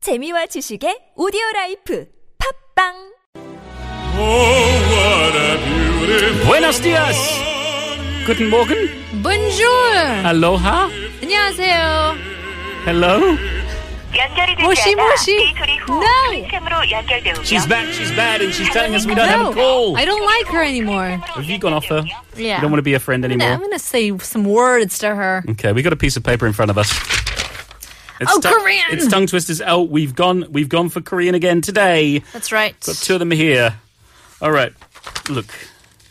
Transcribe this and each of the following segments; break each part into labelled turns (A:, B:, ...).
A: 재미와 지식의 오디오 라이프 팝빵
B: Buenos dias. Guten Morgen.
C: Bonjour.
B: Aloha.
C: 안녕하세요.
B: Hello.
D: 연결이 되지
C: 모시,
D: 않아
C: 모시.
D: 데이터리 후
C: No.
D: 프로그램으로 연결되우며
B: She's back. She's bad, and she's telling us we don't have a call.
C: I don't like her anymore.
B: Have you gone off her?
C: Yeah.
B: You don't want to be a friend
C: I'm gonna, I'm
B: anymore.
C: gonna say some words to her.
B: Okay, we got a piece of paper in front of us. It's
C: Oh,
B: tongue-
C: Korean!
B: It's tongue twisters out. We've gone. We've gone for Korean again today.
C: That's right.
B: Got two of them here. All right. Look.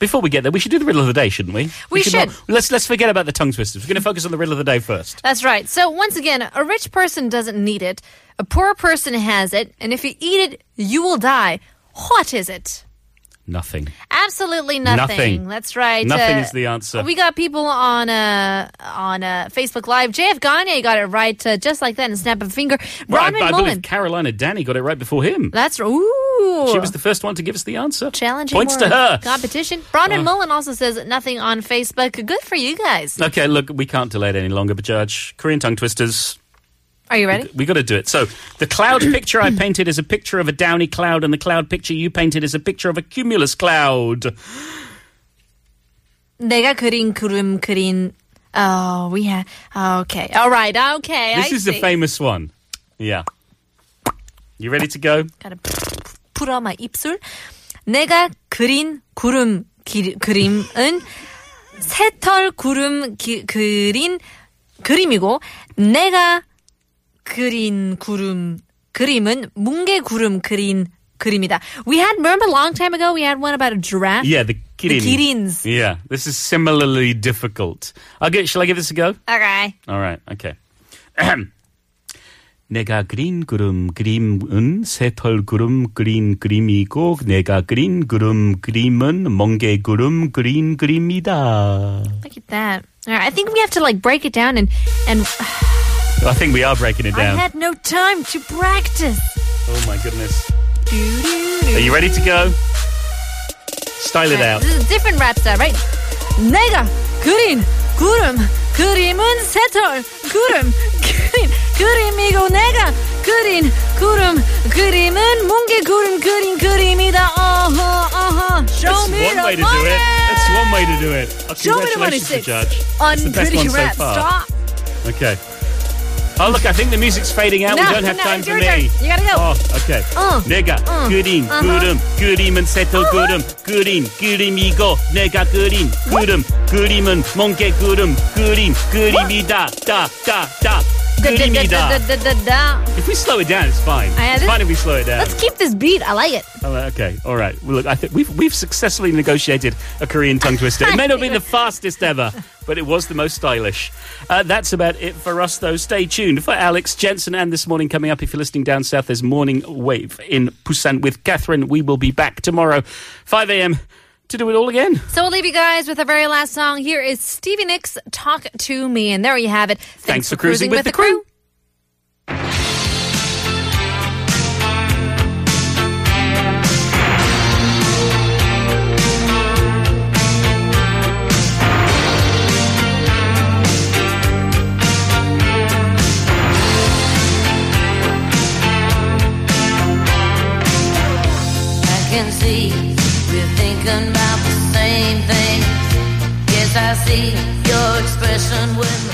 B: Before we get there, we should do the riddle of the day, shouldn't we?
C: We should. Uh,
B: not- let's let's forget about the tongue twisters. We're going to focus on the riddle of the day first.
C: That's right. So once again, a rich person doesn't need it. A poor person has it, and if you eat it, you will die. What is it?
B: Nothing.
C: Absolutely nothing.
B: Nothing.
C: That's right. Uh,
B: Nothing is the answer.
C: We got people on uh, on uh, Facebook Live. JF Gagne got it right, uh, just like that, and snap of a finger.
B: Right,
C: Ramen
B: I, I
C: Mullen.
B: believe Carolina Danny got it right before him.
C: That's ooh.
B: She was the first one to give us the answer.
C: challenging
B: Points to her.
C: more competition. Brandon Mullen also says nothing on Facebook. Good for you guys.
B: Okay, look, we can't delay it any longer, but Judge, Korean tongue twisters,
C: Are you ready?
B: we got to do it. So, the cloud picture I painted is a picture of a downy cloud, and the cloud picture you painted is a picture of a cumulus cloud.
C: 내가 그린 그림 그린. Oh, we have. Okay, all right, okay.
B: This
C: I
B: is
C: see.
B: the famous one. Yeah. You ready to go?
C: Gotta 풀어마 입술. 내가 그린 구름 기, 그림은 새털 구름 기, 그린 그림이고 내가 그린 구름 그림은 뭉게 구름 그린 그림이다. We had remember a long time ago we had one about a giraffe.
B: Yeah, the
C: The
B: kirin.
C: kirins.
B: Yeah, this is similarly difficult. I'll get, shall I give this a go?
C: Okay.
B: All right. Okay. 내가 그린 그림 그림은 새털 그림 그린 그림이고 내가 그린 그림 그림은 멍게 그림 그린 그림이다.
C: Look at that. All right, I think we have to like break it down and and
B: I think we are breaking it
C: I
B: down.
C: had no time to practice.
B: oh my goodness.
C: Doo-doo-doo.
B: Are you ready to go? Style it out.
C: This is a different rap style, right? 내가 그린 구름 그림은 새털 구름 그림 그림이고 내가 그린 구름 그림은 뭉게 구름 그린 그림이다 어허 어허 Show
B: That's
C: me
B: one
C: the
B: way to do
C: money
B: it. That's one way to do it. Oh,
C: Show me the money
B: congratulations to
C: six
B: Judge.
C: on
B: That's the best
C: pretty
B: one so
C: rap
B: far.
C: stop
B: Okay. Oh look, I think the music's fading out.
C: No,
B: we don't have
C: no,
B: time
C: it's
B: for
C: your
B: me.
C: turn. You gotta go.
B: Oh, okay.
C: Uh,
B: 내가
C: uh,
B: 그린
C: uh-huh.
B: 그림 그림은 새털
C: Uh-huh.
B: 그림 그림 그림이고 내가 그린 그림 그림은 멍게 그림 그림 그림이다 다다다 그림이다.
C: Da-da-da-da-da-da-da.
B: If we slow it down, it's fine.
C: I had
B: It's
C: it.
B: fine if we slow it down.
C: Let's keep this beat I like it
B: Oh, okay, all right. Well, look, I think we've we've successfully negotiated a Korean tongue twister. It may not be the fastest ever, but it was the most stylish. Uh, that's about it for us, though. Stay tuned for Alex Jensen and this morning coming up. If you're listening down south, there's Morning Wave in Busan with Catherine. We will be back tomorrow, 5 a.m. to do it all again.
C: So we'll leave you guys with our very last song here is Stevie Nicks Talk to Me and there you have it Thanks,
B: Thanks for cruising with the crew.
E: I can see we're thinking about the same things. Yes, I see your expression when